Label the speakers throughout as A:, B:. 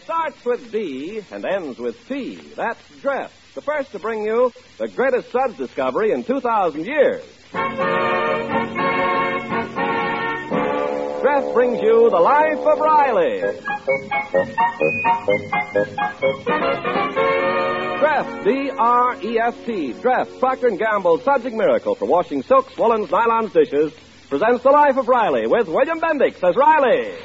A: starts with D and ends with T. That's Dress, the first to bring you the greatest suds discovery in 2,000 years. Dress brings you The Life of Riley. Dress, D-R-E-S-T, Dress, Procter & Gamble's Subject Miracle for washing silks, woolens, nylons, dishes, presents The Life of Riley with William Bendix as Riley.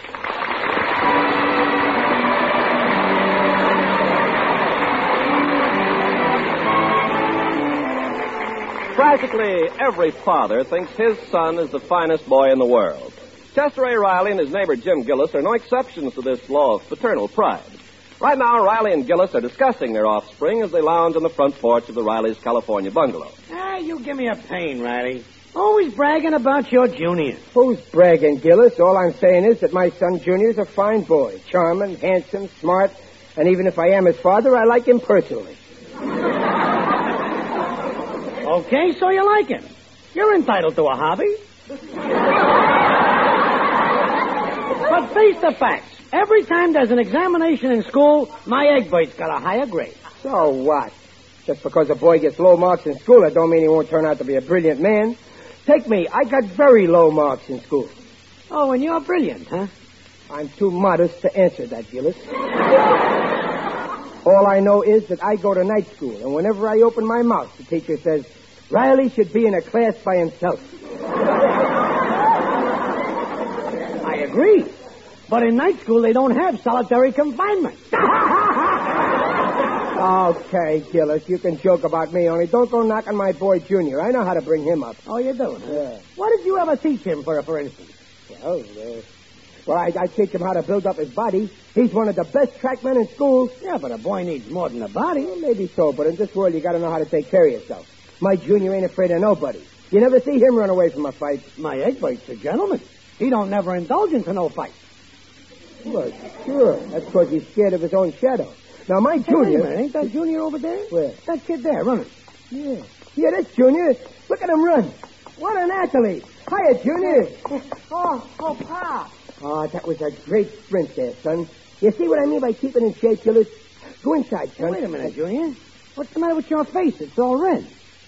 A: Practically every father thinks his son is the finest boy in the world. Chester A. Riley and his neighbor Jim Gillis are no exceptions to this law of paternal pride. Right now, Riley and Gillis are discussing their offspring as they lounge on the front porch of the Riley's California bungalow.
B: Ah, you give me a pain, Riley. Always bragging about your junior.
C: Who's bragging, Gillis? All I'm saying is that my son Junior's a fine boy. Charming, handsome, smart, and even if I am his father, I like him personally.
B: Okay, so you like him. You're entitled to a hobby. but face the facts. Every time there's an examination in school, my egg boy's got a higher grade.
C: So what? Just because a boy gets low marks in school, that don't mean he won't turn out to be a brilliant man. Take me, I got very low marks in school.
B: Oh, and you're brilliant, huh?
C: I'm too modest to answer that, Gillis. All I know is that I go to night school, and whenever I open my mouth, the teacher says, Riley should be in a class by himself.
B: I agree. But in night school, they don't have solitary confinement.
C: Okay, Gillis, you can joke about me, only don't go knocking my boy Junior. I know how to bring him up.
B: Oh, you do, huh?
C: Yeah.
B: What did you ever teach him, for, for instance?
C: Well, uh, well, I, I teach him how to build up his body. He's one of the best track men in school.
B: Yeah, but a boy needs more than a body.
C: Well, maybe so, but in this world, you got to know how to take care of yourself. My junior ain't afraid of nobody. You never see him run away from a fight.
B: My egg boy's a gentleman. He don't never indulge into no fight.
C: Well, sure. That's because he's scared of his own shadow. Now, my
B: Hey, wait a
C: junior.
B: minute, ain't that Junior over there?
C: Where?
B: That kid there, running.
C: Yeah. Yeah, that's Junior. Look at him run.
B: What an athlete.
C: Hiya, Junior.
D: Oh, oh, Pa.
C: Ah, that was a great sprint there, son. You see what I mean by keeping in shape, Gillis? Go inside,
B: Now,
C: son.
B: wait a minute, Junior. What's the matter with your face? It's all red.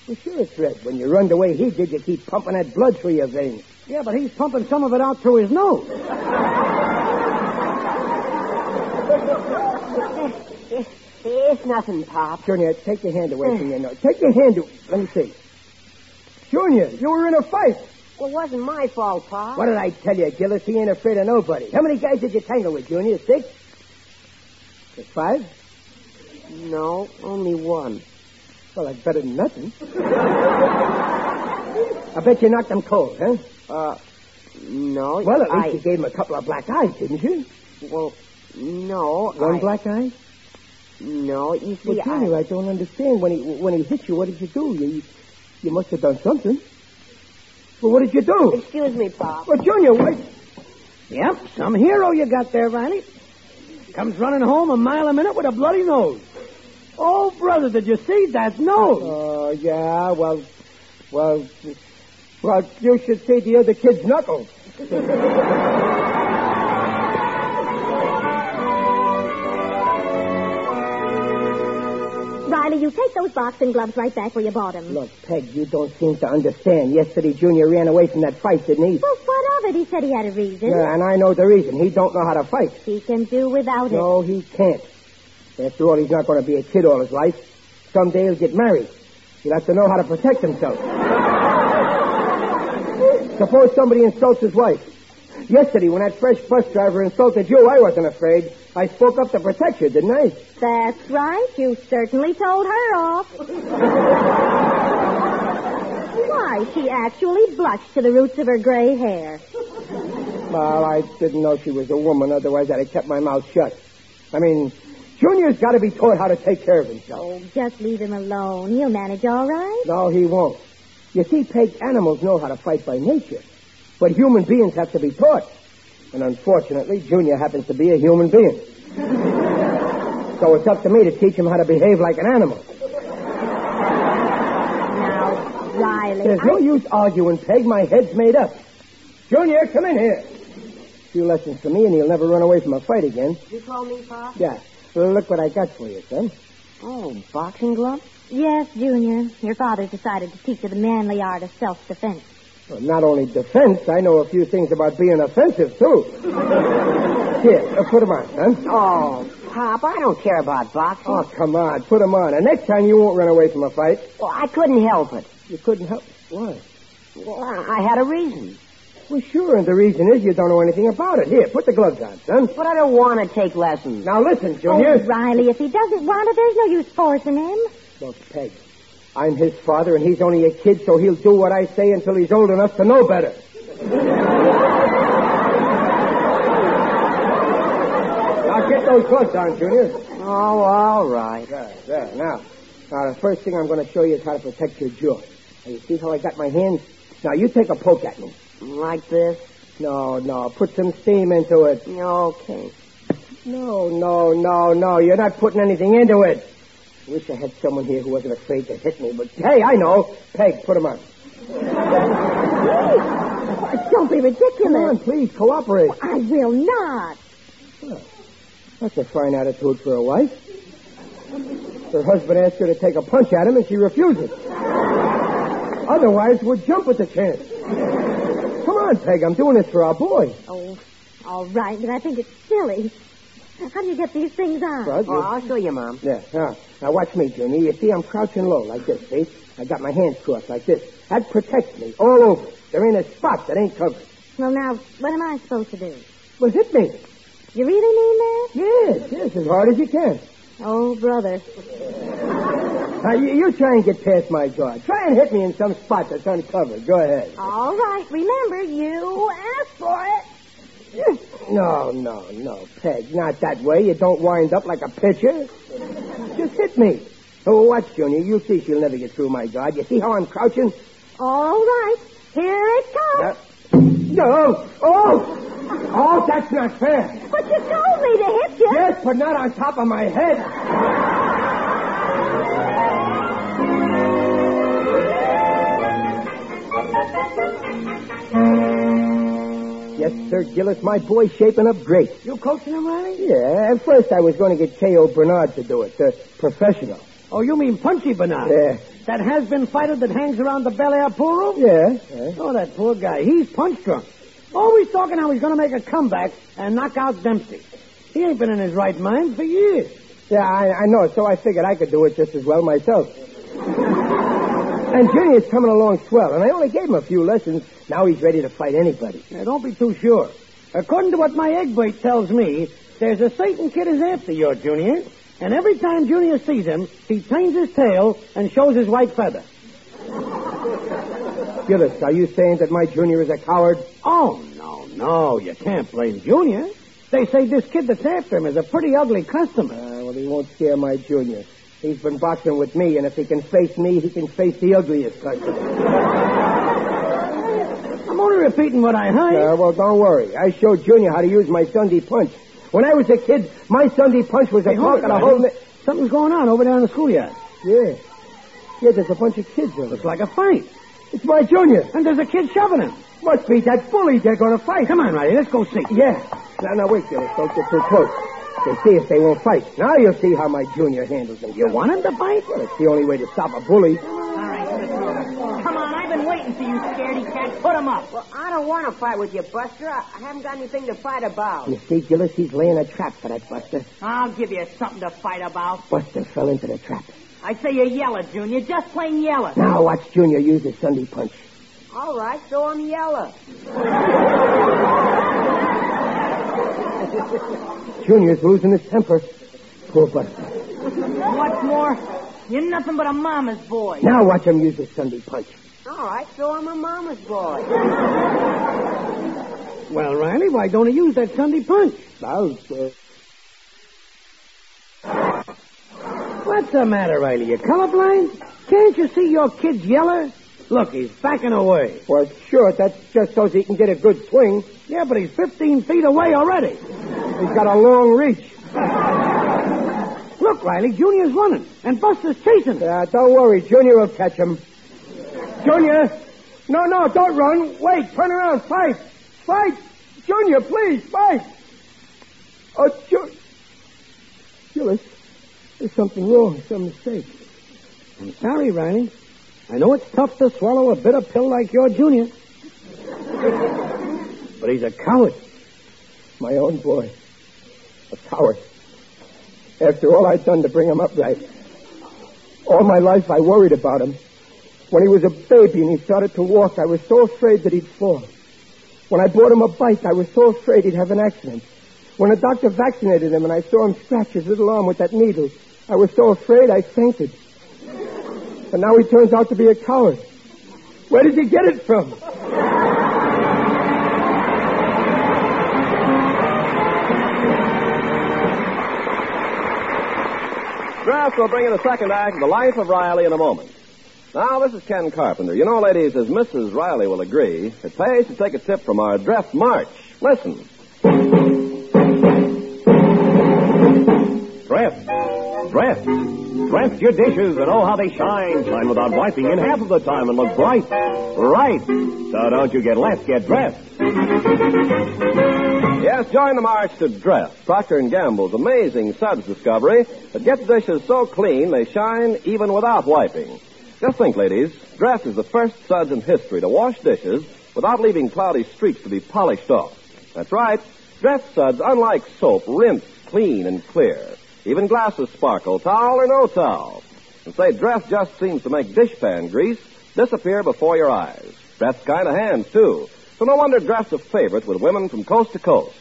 C: Well, sure it's red. When you run the way he did, you keep pumping that blood through your veins.
B: Yeah, but he's pumping some of it out through his nose.
D: It's nothing, Pop.
C: Junior, take your hand away from your nose. Take your hand. away. Let me see. Junior, you were in a fight.
D: Well, it wasn't my fault, Pa.
C: What did I tell you, Gillis? He ain't afraid of nobody. How many guys did you tangle with, Junior? Six? Six, five?
D: No, only one.
C: Well, that's better than nothing. I bet you knocked him cold, huh?
D: Uh, no.
C: Well, at least
D: I,
C: you gave him a couple of black eyes, didn't you?
D: Well, no.
C: One
D: I,
C: black eye?
D: No, you see,
C: Well,
D: I...
C: Junior, I... don't understand. When he when he hit you, what did you do? You you must have done something. Well, what did you do?
D: Excuse me, Pop.
C: Well, Junior, wait.
B: Yep, some hero you got there, Riley. Comes running home a mile a minute with a bloody nose. Oh, brother, did you see that nose?
C: Oh, yeah, well, well, well, you should see the other kid's knuckles.
E: Riley, you take those boxing gloves right back where you bought them.
C: Look, Peg, you don't seem to understand. Yesterday, Junior ran away from that fight, didn't he?
E: Well, what of it? He said he had a reason.
C: Yeah, and I know the reason. He don't know how to fight.
E: He can do without it.
C: No, he can't. After all, he's not going to be a kid all his life. Someday he'll get married. He'll have to know how to protect himself. Suppose somebody insults his wife. Yesterday, when that fresh bus driver insulted you, I wasn't afraid. I spoke up to protect you, didn't I?
E: That's right. You certainly told her off. Why, she actually blushed to the roots of her gray hair.
C: Well, I didn't know she was a woman, otherwise I'd have kept my mouth shut. I mean, Junior's got to be taught how to take care of himself.
E: Oh, just leave him alone. He'll manage all right.
C: No, he won't. You see, Peg, animals know how to fight by nature, but human beings have to be taught. And unfortunately, Junior happens to be a human being. so it's up to me to teach him how to behave like an animal.
E: Now, Riley,
C: There's no use arguing, Peg. My head's made up. Junior, come in here. A few lessons for me, and he'll never run away from a fight again.
D: You call me, Pa?
C: Yeah. Look what I got for you, son.
D: Oh, boxing gloves?
E: Yes, Junior. Your father decided to teach you the manly art of self-defense.
C: Well, not only defense, I know a few things about being offensive, too. Here, uh, put 'em on, son.
D: Oh, Pop, I don't care about boxing.
C: Oh, come on, put 'em on. And next time you won't run away from a fight.
D: Well, Oh, I couldn't help it.
C: You couldn't help. Why?
D: Well, I I had a reason.
C: Well, sure, and the reason is you don't know anything about it. Here, put the gloves on, son.
D: But I don't want to take lessons.
C: Now listen,
E: Oh,
C: Junior.
E: Riley, if he doesn't want it, there's no use forcing him.
C: Look, Peg, I'm his father, and he's only a kid, so he'll do what I say until he's old enough to know better. now get those gloves on, Junior.
D: Oh, all right.
C: There, there, now. Now, the first thing I'm going to show you is how to protect your jaw. Now, you see how I got my hands? Now, you take a poke at me.
D: Like this?
C: No, no, put some steam into it.
D: Okay.
C: No, no, no, no, you're not putting anything into it. Wish I had someone here who wasn't afraid to hit me, but hey, I know. Peg, put him on.
E: Don't be
C: Come on,
E: ridiculous.
C: please, cooperate.
E: I will not.
C: That's a fine attitude for a wife. Her husband asked her to take a punch at him, and she refuses. Otherwise, we'd jump at the chance. Come on, Peg, I'm doing this for our boy.
E: Oh, all right, but I think it's silly. How do you get these things on?
C: Bud, you-
D: Well, Oh, I'll show you, Mom.
C: Yeah, now, now watch me, Junior. You see, I'm crouching low like this, see? I got my hands crossed like this. That protects me all over. There ain't a spot that ain't covered.
E: Well, now, what am I supposed to do?
C: Well, hit me.
E: You really mean
C: Yes, yes, as hard as you can.
E: that? Oh, brother.
C: Now, you, you try and get past my jaw. Try and hit me in some spot that's uncovered. Go ahead.
E: All right, remember, you asked for it.
C: Hmm. No, no, no, Peg, not that way. You don't wind up like a pitcher. Just hit me. Oh, watch, Junior. You'll see she'll never get through my guard. You see how I'm crouching?
E: All right, here it comes.
C: Uh, no! Oh! Oh, that's not fair.
E: But you told me to hit you.
C: Yes, but not on top of my head. Yes, sir, Gillis, my boy's shaping up great.
B: You coaching him, Riley?
C: Yeah, at first I was going to get K.O. Bernard to do it, the professional.
B: Oh, you mean Punchy Bernard?
C: Yeah.
B: That has-been fighter that hangs around the Bel Air pool room?
C: Yeah, yeah.
B: Oh, that poor guy. He's punch drunk. Always talking how he's going to make a comeback and knock out Dempsey. He ain't been in his right mind for years.
C: Yeah, I, I know, so I figured I could do it just as well myself. and Junior's coming along swell, and I only gave him a few lessons. Now he's ready to fight anybody.
B: Now, don't be too sure. According to what my egg weight tells me, there's a Satan kid is after your Junior, and every time Junior sees him, he turns his tail and shows his white feather.
C: Gillis, are you saying that my junior is a coward?
B: Oh, no, no, you can't blame Junior. They say this kid that's after him is a pretty ugly customer.
C: Uh, well, he won't scare my junior. He's been boxing with me, and if he can face me, he can face the ugliest customer.
B: I'm only repeating what I heard.
C: Uh, well, don't worry. I showed Junior how to use my Sunday punch. When I was a kid, my Sunday punch was a
B: Hey, hold
C: clock
B: it,
C: and a
B: Riley.
C: whole... ni-
B: Something's going on over there in the schoolyard.
C: Yeah. Yeah, there's a bunch of kids over
B: Looks
C: there.
B: like a fight.
C: It's my junior.
B: And there's a kid shoving him.
C: Must be that bully they're going to fight.
B: Come on, Riley, let's go see.
C: Yeah. Now, now, wait, Gillis. Don't get too close. They see if they won't fight. Now you'll see how my junior handles them.
B: You want him to fight?
C: Well, it's the only way to stop a bully.
F: Come on, I've been waiting for you, scaredy cat. Put him up.
D: Well, I don't want to fight with you, Buster. I, I haven't got anything to fight about.
C: You see, Gillis, he's laying a trap for that Buster.
F: I'll give you something to fight about.
C: Buster fell into the trap.
F: I say you yell it, Junior. Just plain yell it.
C: Now watch Junior use his Sunday punch.
D: All right, so I'm yellow.
C: Junior's losing his temper. Poor Buster.
F: What's more, you're nothing but a mama's boy.
C: Now watch him use his Sunday punch.
D: All right, so I'm a mama's boy.
B: Well, Riley, why don't he use that Sunday punch?
C: Now, uh,
B: What's the matter, Riley? You colorblind? Can't you see your kid's yeller? Look, he's backing away.
C: well, sure, that's just so he can get a good swing.
B: Yeah, but he's 15 feet away already.
C: He's got a long reach.
B: Look, Riley, Junior's running, and Buster's chasing him.
C: Uh, don't worry, Junior will catch him. Junior! No, no, don't run. Wait, turn around, fight. Fight! Junior, please, fight! Oh, Junior. Gillis, there's something wrong, some mistake.
B: I'm sorry, Riley. I know it's tough to swallow a bitter pill like your junior. but he's a coward.
C: My own boy. A coward. After all I'd done to bring him up right. All my life I worried about him. When he was a baby and he started to walk, I was so afraid that he'd fall. When I bought him a bike, I was so afraid he'd have an accident. When the doctor vaccinated him and I saw him scratch his little arm with that needle, I was so afraid I fainted. And now he turns out to be a coward. Where did you get it from?
A: Draft will bring you the second act of The Life of Riley in a moment. Now, this is Ken Carpenter. You know, ladies, as Mrs. Riley will agree, it pays to take a tip from our draft march. Listen.
G: Draft. Draft. Draft your dishes and oh how they shine. Shine without wiping in half of the time and look bright. Right. So don't you get left, get draft.
A: Yes, join the march to draft. Procter & Gamble's amazing suds discovery that gets dishes so clean they shine even without wiping. Just think, ladies, draft is the first suds in history to wash dishes without leaving cloudy streaks to be polished off. That's right. Draft suds, unlike soap, rinse clean and clear. Even glasses sparkle, towel or no towel. And say, draft just seems to make dishpan grease disappear before your eyes. Draft's kind of hands, too. So no wonder draft's a favorite with women from coast to coast.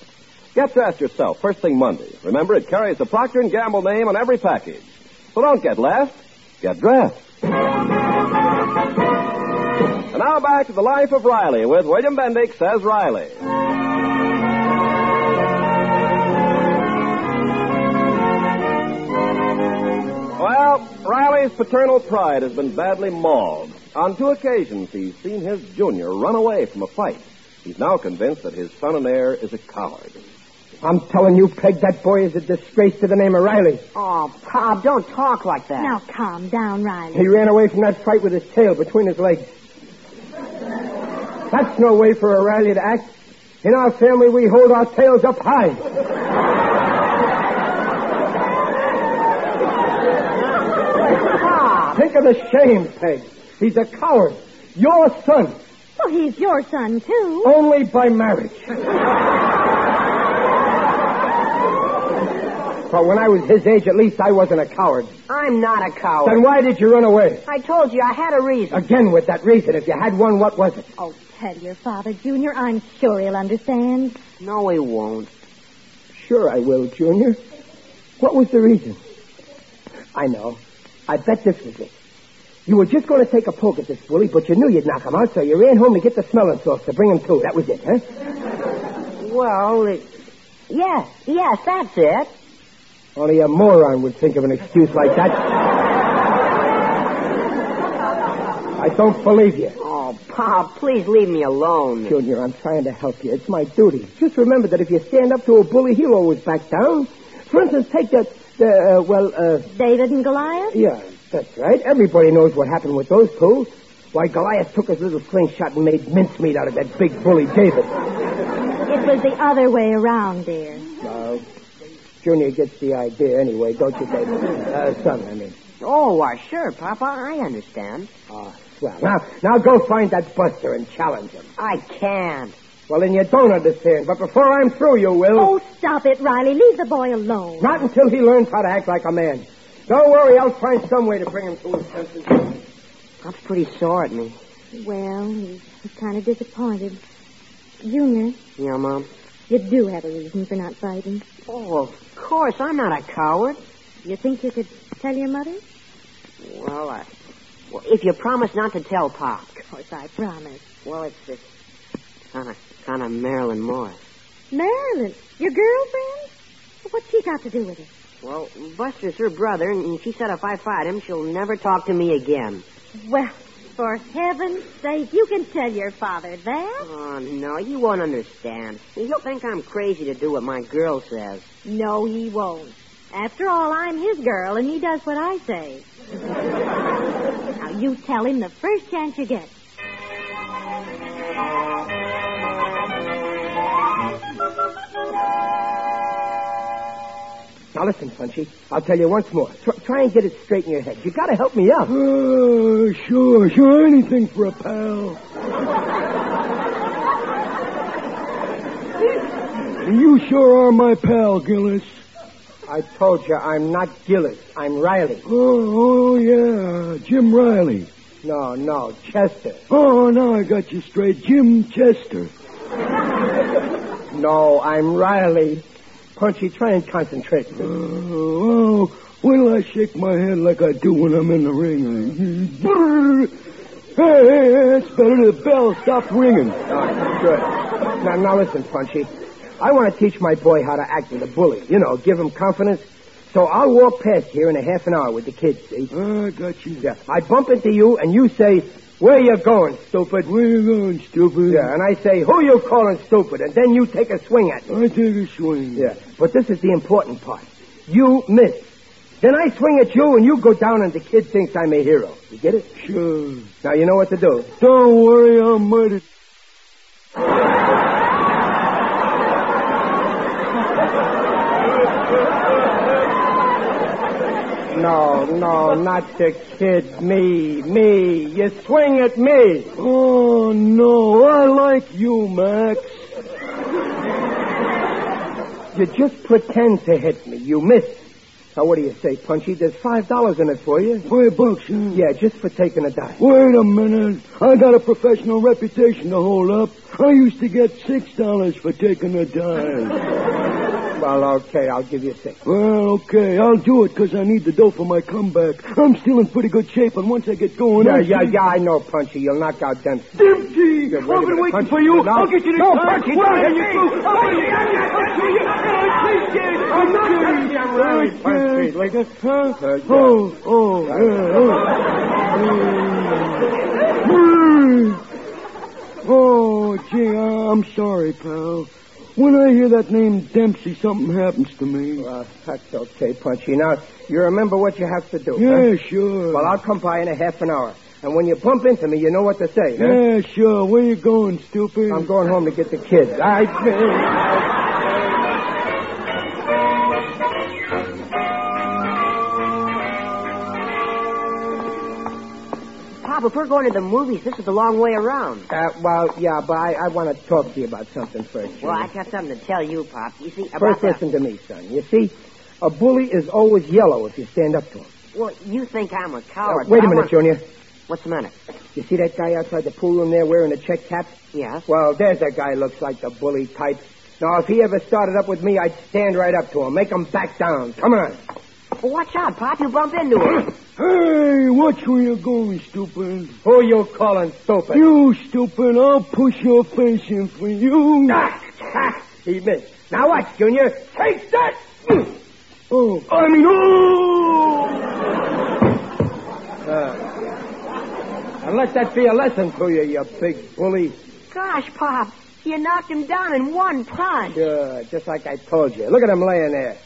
A: Get draft yourself first thing Monday. Remember, it carries the Procter & Gamble name on every package. So don't get left. Get draft. And now back to the life of Riley with William Bendix as Riley. Well, Riley's paternal pride has been badly mauled. On two occasions, he's seen his junior run away from a fight. He's now convinced that his son and heir is a coward.
C: I'm telling you, Peg, that boy is a disgrace to the name of Riley.
D: Oh, Pop, don't talk like that.
E: Now calm down, Riley.
C: He ran away from that fight with his tail between his legs. That's no way for a Riley to act. In our family, we hold our tails up high. Think of the shame, Peg. He's a coward. Your son,
E: Well, he's your son, too.
C: only by marriage. but when I was his age, at least I wasn't a coward.
D: I'm not a coward.
C: Then why did you run away?
D: I told you I had a reason.
C: Again, with that reason. If you had one, what was it?
E: Oh, tell your father, Junior. I'm sure he'll understand.
D: No, he won't.
C: Sure I will, Junior. What was the reason? I know. I bet this was it. You were just going to take a poke at this bully, but you knew you'd knock him out, so you ran home to get the smelling salts to bring him to. That was it, huh?
D: Well, it... yes, yes, that's it.
C: Only a moron would think of an excuse like that. I don't believe you.
D: Oh, Pop, please leave me alone.
C: Junior, I'm trying to help you. It's my duty. Just remember that if you stand up to a bully, he'll always back down. For instance, take that, the, uh, well, uh,
E: David and Goliath?
C: Yeah, that's right. Everybody knows what happened with those two. Why, Goliath took his little slingshot and made mincemeat out of that big bully David.
E: It was the other way around, dear.
C: Well, Junior gets the idea anyway, don't you, David? Uh, son, I mean.
D: Oh, why, sure, Pop, I I understand.
C: Ah, swell. Now, now go find that Buster and challenge him.
D: I can't.
C: Well, then you don't understand, but before I'm through, you will.
E: Oh, stop it, Riley. Leave the boy alone.
C: Not until he learns how to act like a man. Don't worry, I'll find some way to bring him to his senses.
D: Pop's pretty sore at me.
E: Well, he's, he's kind of disappointed. Junior,
D: Yeah, Mom?
E: you do have a reason for not fighting.
D: Oh, of course, I'm not a coward.
E: You think you could tell your mother?
D: Well, I... Well, if you promise not to tell Pop.
E: Of course, I promise.
D: Well, it's this kind of kind of Marilyn Moore.
E: Marilyn, your girlfriend? What's she got to do with it?
D: Well, Buster's her brother, and she said if I fight him, she'll never talk to me again.
E: Well, for heaven's sake, you can tell your father that.
D: Oh no, you won't understand. He'll think I'm crazy to do what my girl says.
E: No, he won't. After all, I'm his girl, and he does what I say. now, you tell him the first chance you get.
C: Now listen, Punchy. I'll tell you once more. Tr- try and get it straight in your head. You gotta help me out.
H: Oh, sure, sure, anything for a pal. and you sure are my pal, Gillis.
C: I told you I'm not Gillis. I'm Riley.
H: Oh, oh yeah, Jim Riley.
C: No, no, Chester.
H: Oh, now I got you straight, Jim Chester.
C: No, I'm Riley. Punchy, try and concentrate.
H: Uh, oh, wait till I shake my head like I do when I'm in the ring. I- Brrr. Hey, hey, hey, that's better. The bell stopped ringing.
C: All right, good. Now, now listen, Punchy. I want to teach my boy how to act with a bully. You know, give him confidence. So I'll walk past here in a half an hour with the kids, see?
H: I got you.
C: Yeah. I bump into you, and you say, where you going, stupid?
H: Where you going, stupid?
C: Yeah, and I say, who you calling stupid? And then you take a swing at me.
H: I take a swing.
C: Yeah, but this is the important part. You miss. Then I swing at you, and you go down, and the kid thinks I'm a hero. You get it?
H: Sure.
C: Now you know what to do.
H: Don't worry, I'm mighty.
C: No, no, not the kid. Me, me. You swing at me.
H: Oh, no. I like you, Max.
C: You just pretend to hit me. You miss. Now, what do you say, Punchy? There's five dollars in it for you.
H: Three bucks, huh?
C: Yeah, just for taking a dive.
H: Wait a minute. I got a professional reputation to hold up. I used to get six dollars for taking a dive.
C: Well, okay, I'll give you six.
H: well, okay, I'll do it because I need the dough for my comeback. I'm still in pretty good shape, and once I get going,
C: Yeah,
H: I'll
C: yeah, yeah, I know, Punchy. You'll knock out Dempsey.
H: Dempsey!
C: Yeah,
H: I've
C: wait a
H: been
C: minute,
H: waiting
C: Punchy.
H: for you.
C: No.
H: I'll get you this
C: No,
H: time.
C: Punchy,
H: Well,
C: Punchy.
H: you through. I'll get you. I'll get you. I'm so scared. I'm not
C: Punchy, I'm right, Punchy. Like a-
H: Huh?
C: Uh, yeah.
H: Oh, oh, yeah, oh. Mm. Oh, gee, I- I'm sorry, pal. When I hear that name Dempsey, something happens to me.
C: Uh, that's okay, Punchy. Now, you remember what you have to do, huh?
H: Yeah, sure.
C: Well, I'll come by in a half an hour. And when you bump into me, you know what to say, huh?
H: Yeah, sure. Where you going, stupid?
C: I'm going home to get the kids. I...
D: Pop, if we're going to the movies, this is the long way around.
C: Uh, well, yeah, but I, I want to talk to you about something first.
D: Well,
C: Junior.
D: I got something to tell you, Pop. You see, about
C: First, listen to me, son. You see, a bully is always yellow if you stand up to him.
D: The... Well, you think I'm a
C: Now,
D: coward.
C: wait
D: but
C: a
D: I
C: minute,
D: want-
C: Junior.
D: What's the matter?
C: You see that guy outside the pool room there wearing a check cap?
D: Yeah.
C: Well, there's a guy looks like the bully type. Now, if he ever started up with me, I'd stand right up to him, make him back down. Come on.
D: Well, watch out, Pop. You bump into him.
H: Hey, watch where you going, stupid.
C: Who you calling stupid?
H: You stupid. I'll push your face in for you.
C: Ah, ah, he missed. Now watch, Junior. Take that!
H: Oh, I mean, oh!
C: Uh, And let that be a lesson to you, you big bully.
D: Gosh, Pop. You knocked him down in one punch.
C: Sure, Uh, just like I told you. Look at them laying there.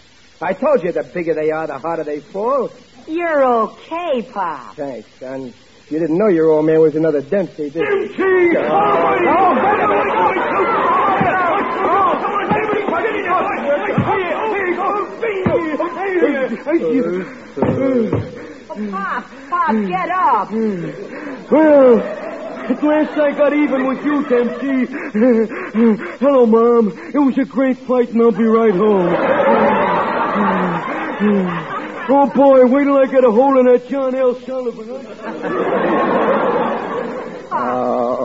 C: I told you the bigger they are, the harder they fall.
D: You're okay, Pop.
C: Thanks, son. You didn't know your old man was another Dempsey, did you?
D: Oh, Pop, Pop, get up.
H: Well, at last I got even with you, Dempsey. Hello, Mom. It was a great fight, and I'll be right home. Oh, boy, wait till I get a hold of that John L. Sullivan.
C: Oh,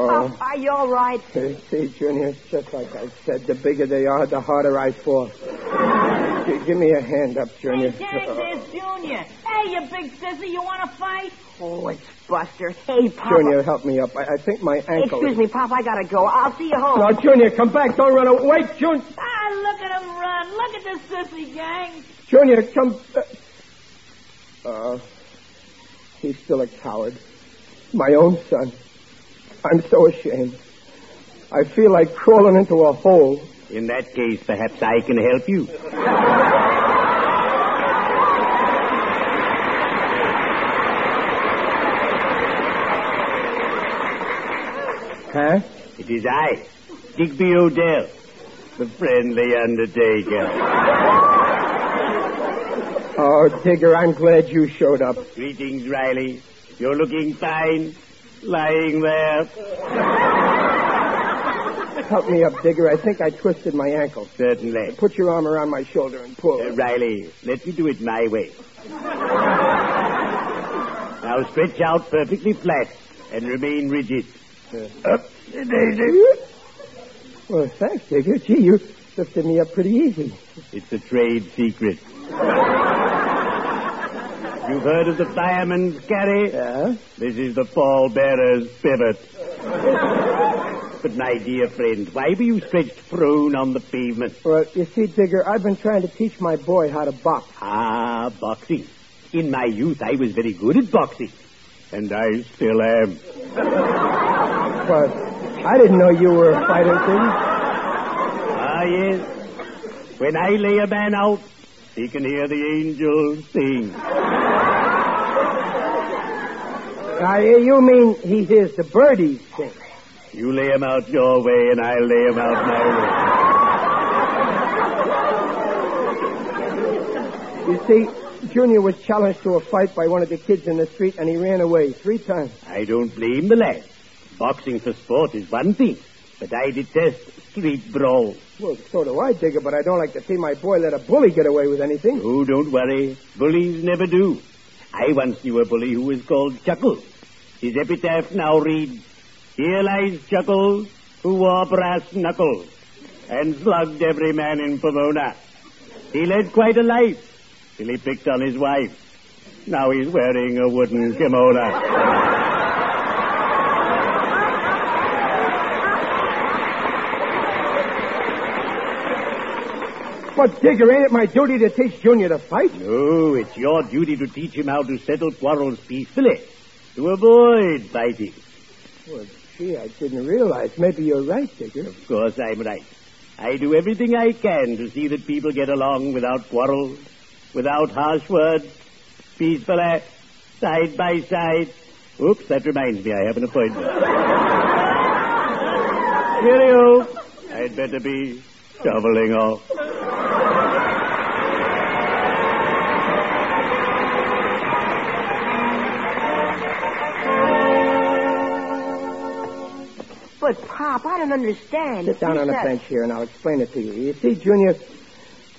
D: Pop, are you all right?
C: see, Junior, it's just like I said. The bigger they are, the harder I fall. G- give me a hand up, Junior. Uh,
F: there's Junior. Hey, you big sissy, you want to fight?
D: Oh, it's Buster. Hey, Pop.
C: Junior, help me up. I, I think my ankle.
D: Excuse
C: is...
D: me, Pop. I gotta go. I'll see you home.
C: Now, Junior, come back. Don't run away. Jun-
F: Ah, look at him run. Look at this sissy gang.
C: Junior, come back. Uh, he's still a coward. My own son. I'm so ashamed. I feel like crawling into a hole.
G: In that case, perhaps I can help you.
C: Huh?
G: It is I, Digby Odell, the friendly undertaker.
C: Oh, Digger, I'm glad you showed up.
I: Greetings, Riley. You're looking fine. Lying there.
C: Help me up, Digger. I think I twisted my ankle.
I: Certainly.
C: Put your arm around my shoulder and pull.
I: Uh, Riley, let me do it my way. now stretch out perfectly flat and remain rigid. Uh, Up, daisy.
C: Well, thanks, Digger. Gee, you lifted me up pretty easy.
I: It's a trade secret. You've heard of the fireman's carry?
C: Yeah?
I: This is the fall bearer's pivot. but my dear friend, why were you stretched prone on the pavement?
C: Well, you see, Digger, I've been trying to teach my boy how to box.
I: Ah, boxing. In my youth, I was very good at boxing. And I still am.
C: But I didn't know you were a fighter, Digger.
I: Ah, yes. When I lay a man out, he can hear the angels sing.
C: Now, you you mean he hears the birdies sing.
I: You lay him out your way, and I lay him out my way.
C: You see, Junior was challenged to a fight by one of the kids in the street, and he ran away three times.
I: I don't blame the lad. Boxing for sport is one thing, but I detest street brawls.
C: Well, so do I, Digger, but I don't like to see my boy let a bully get away with anything.
I: Oh, don't worry. Bullies never do. I once knew a bully who was called Chuckles. His epitaph now reads, Here lies Chuckles, who wore brass knuckles and slugged every man in Pomona. He led quite a life till he picked on his wife. Now he's wearing a wooden kimono.
C: But, Digger, ain't it my duty to teach Junior to fight?
I: No, Oh, it's your duty to teach him how to settle quarrels peacefully, to avoid fighting.
C: Well, gee, I didn't realize. Maybe you're right, Digger.
I: Of course, I'm right. I do everything I can to see that people get along without quarrels, without harsh words, peacefully, side by side. Oops, that reminds me, I have an appointment. Cheerio. I'd better be shoveling off.
D: But, Pop, I don't understand.
C: Sit down
D: You
C: on a
D: said-
C: bench here, and I'll explain it to you. You see, Junior,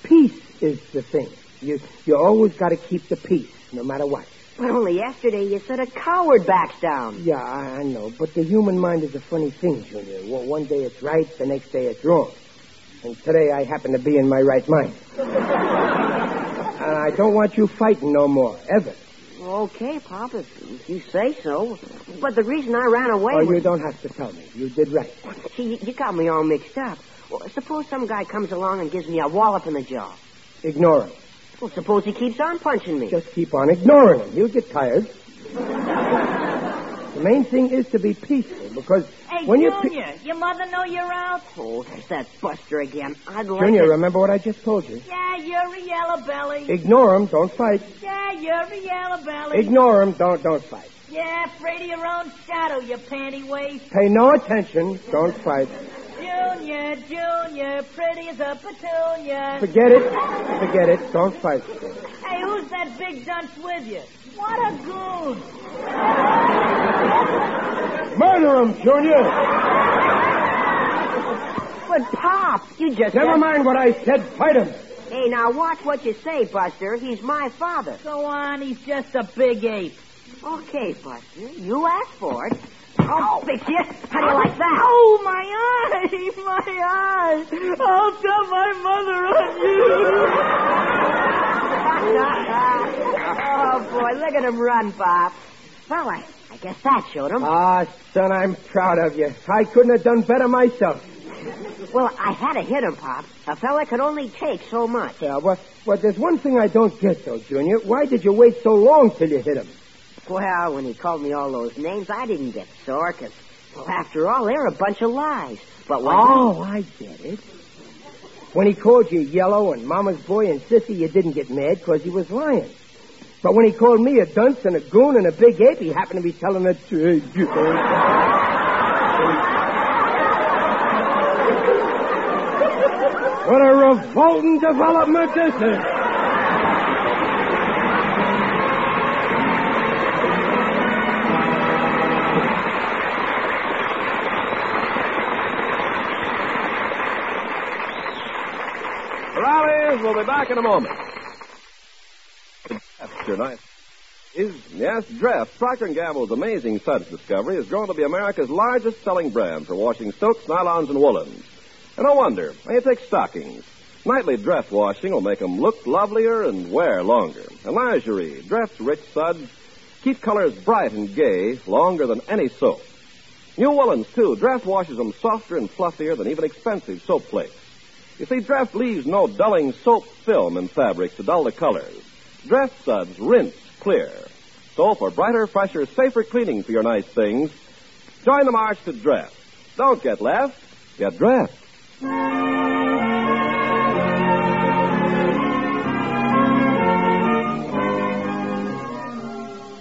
C: peace is the thing. You, you always got to keep the peace, no matter what.
D: But only yesterday you said a coward backs down.
C: Yeah, I, I know, but the human mind is a funny thing, Junior. One one day it's right, the next day it's wrong. And today I happen to be in my right mind. and I don't want you fighting no more, ever.
D: Okay, Pop, if, if you say so. But the reason I ran away
C: Oh,
D: was...
C: you don't have to tell me. You did right.
D: See, you, you got me all mixed up. Well, suppose some guy comes along and gives me a wallop in the jaw.
C: Ignore him.
D: Well, suppose he keeps on punching me.
C: Just keep on ignoring him. He'll get tired. the main thing is to be peaceful, because
F: Hey,
C: when you're... pe-
F: Junior, your mother know you're out?
D: Oh, there's that Buster again. I'd like
C: Junior,
D: to-
C: remember what I just told you.
F: Yeah, you're a yellow belly.
C: Ignore him. Don't fight.
F: Yeah, you're a yellow belly.
C: Ignore him. Don't don't fight.
F: yeah, afraid of your own shadow, you panty waist.
C: Pay no attention. Don't fight.
F: Junior, Junior, pretty as a petunia.
C: Forget it. Forget it. Don't fight.
F: Hey, who's that big dunce with you? What a goon.
C: Murder him, Junior.
D: But, Pop, you just...
C: Never mind what I said. Fight him.
D: Hey, now watch what you say, Buster. He's my father.
F: Go on, he's just a big ape.
D: Okay, Buster, you asked for it. I'll fix you. How do you like that?
F: Oh, my eye, my eye. I'll tell my mother on you.
D: oh, boy, look at him run, Pop. Well, I, I guess that showed him.
C: Ah, son, I'm proud of you. I couldn't have done better myself.
D: well, I had to hit him, Pop. A fella could only take so much.
C: Yeah, but but there's one thing I don't get though, Junior. Why did you wait so long till you hit him?
D: Well, when he called me all those names, I didn't get sore, 'cause, well, after all, they're a bunch of lies. But when...
C: Oh, I get it. When he called you yellow and mama's boy and sissy, you didn't get mad 'cause he was lying. But when he called me a dunce and a goon and a big ape, he happened to be telling the truth. what a revolting development this is.
A: We'll be back in a moment. Draft tonight is yes, Draft. Procter and Gamble's amazing suds discovery has grown to be America's largest selling brand for washing silks, nylons, and woolens. And no wonder. They take stockings. Nightly draft washing will make them look lovelier and wear longer. And lingerie, draft's rich suds keep colors bright and gay longer than any soap. New woolens, too. Draft washes them softer and fluffier than even expensive soap flakes. You see, draft leaves no dulling soap film in fabric to dull the colors. Draft suds rinse clear. So for brighter, fresher, safer cleaning for your nice things, join the march to draft. Don't get left, get draft.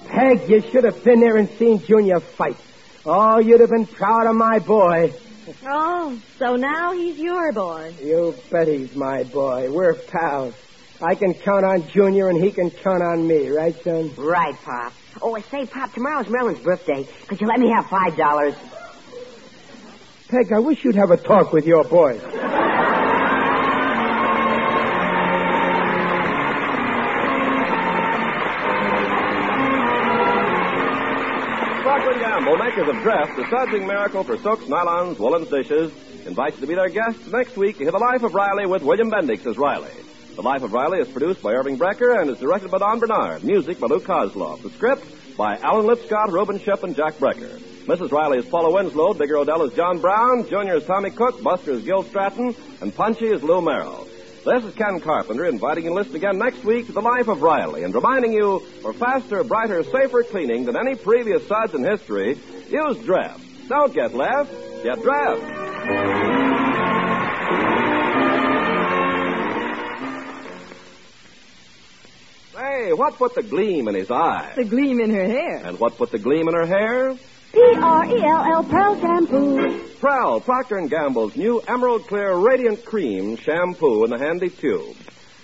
C: Peg, you should have been there and seen Junior fight. Oh, you'd have been proud of my boy.
E: Oh, so now he's your boy.
C: You bet he's my boy. We're pals. I can count on Junior and he can count on me, right, son?
D: Right, Pop. Oh, and say, Pop, tomorrow's Merlin's birthday. Could you let me have five dollars?
C: Peg, I wish you'd have a talk with your boy.
A: Procter & Gamble, makers of Draft, the sudsing miracle for soaks, nylons, woolens, dishes, invites you to be their guest next week to hear The Life of Riley with William Bendix as Riley. The Life of Riley is produced by Irving Brecker and is directed by Don Bernard. Music by Lou Kozloff. The script by Alan Lipscott, Reuben Shep, and Jack Brecker. Mrs. Riley is Paula Winslow, Digger Odell is John Brown, Junior is Tommy Cook, Buster is Gil Stratton, and Punchy is Lou Merrill. This is Ken Carpenter inviting you to listen again next week to The Life of Riley and reminding you for faster, brighter, safer cleaning than any previous suds in history, use Draft. Don't get left, get Draft. Say, what put the gleam in his eye?
J: The gleam in her E hair.
A: And what put the gleam in her hair?
E: P-R-E-L-L, Pearl Shampoo.
A: Prowl, Procter & Gamble's new Emerald Clear Radiant Cream shampoo in the handy tube.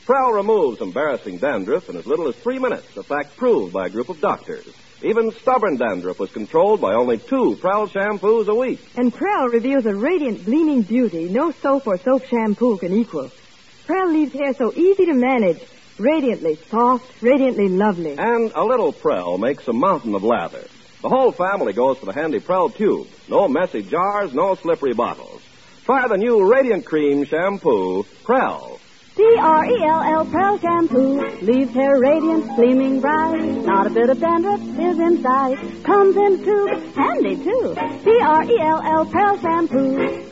A: Prowl removes embarrassing dandruff in as little as three minutes, a fact proved by a group of doctors. Even stubborn dandruff was controlled by only two Prowl shampoos a week.
J: And Prel reveals a radiant, gleaming beauty no soap or soap shampoo can equal. Prel leaves hair so easy to manage, radiantly soft, radiantly lovely.
A: And a little Prel makes a mountain of lather. The whole family goes for the handy Prel tube. No messy jars, no slippery bottles. Try the new Radiant Cream Shampoo, Prel.
E: P-R-E-L-L, E Pearl Shampoo. Leaves hair radiant, gleaming bright. Not a bit of dandruff is in sight. Comes in tube, handy too. P-R-E-L-L, Pearl Shampoo.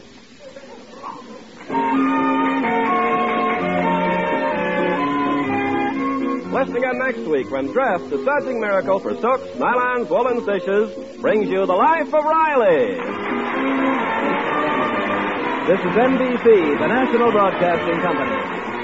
A: Listen again next week when Draft, the sudsing miracle for silks, nylons, woolens, dishes, brings you The Life of Riley.
K: This is NBC, the national broadcasting company.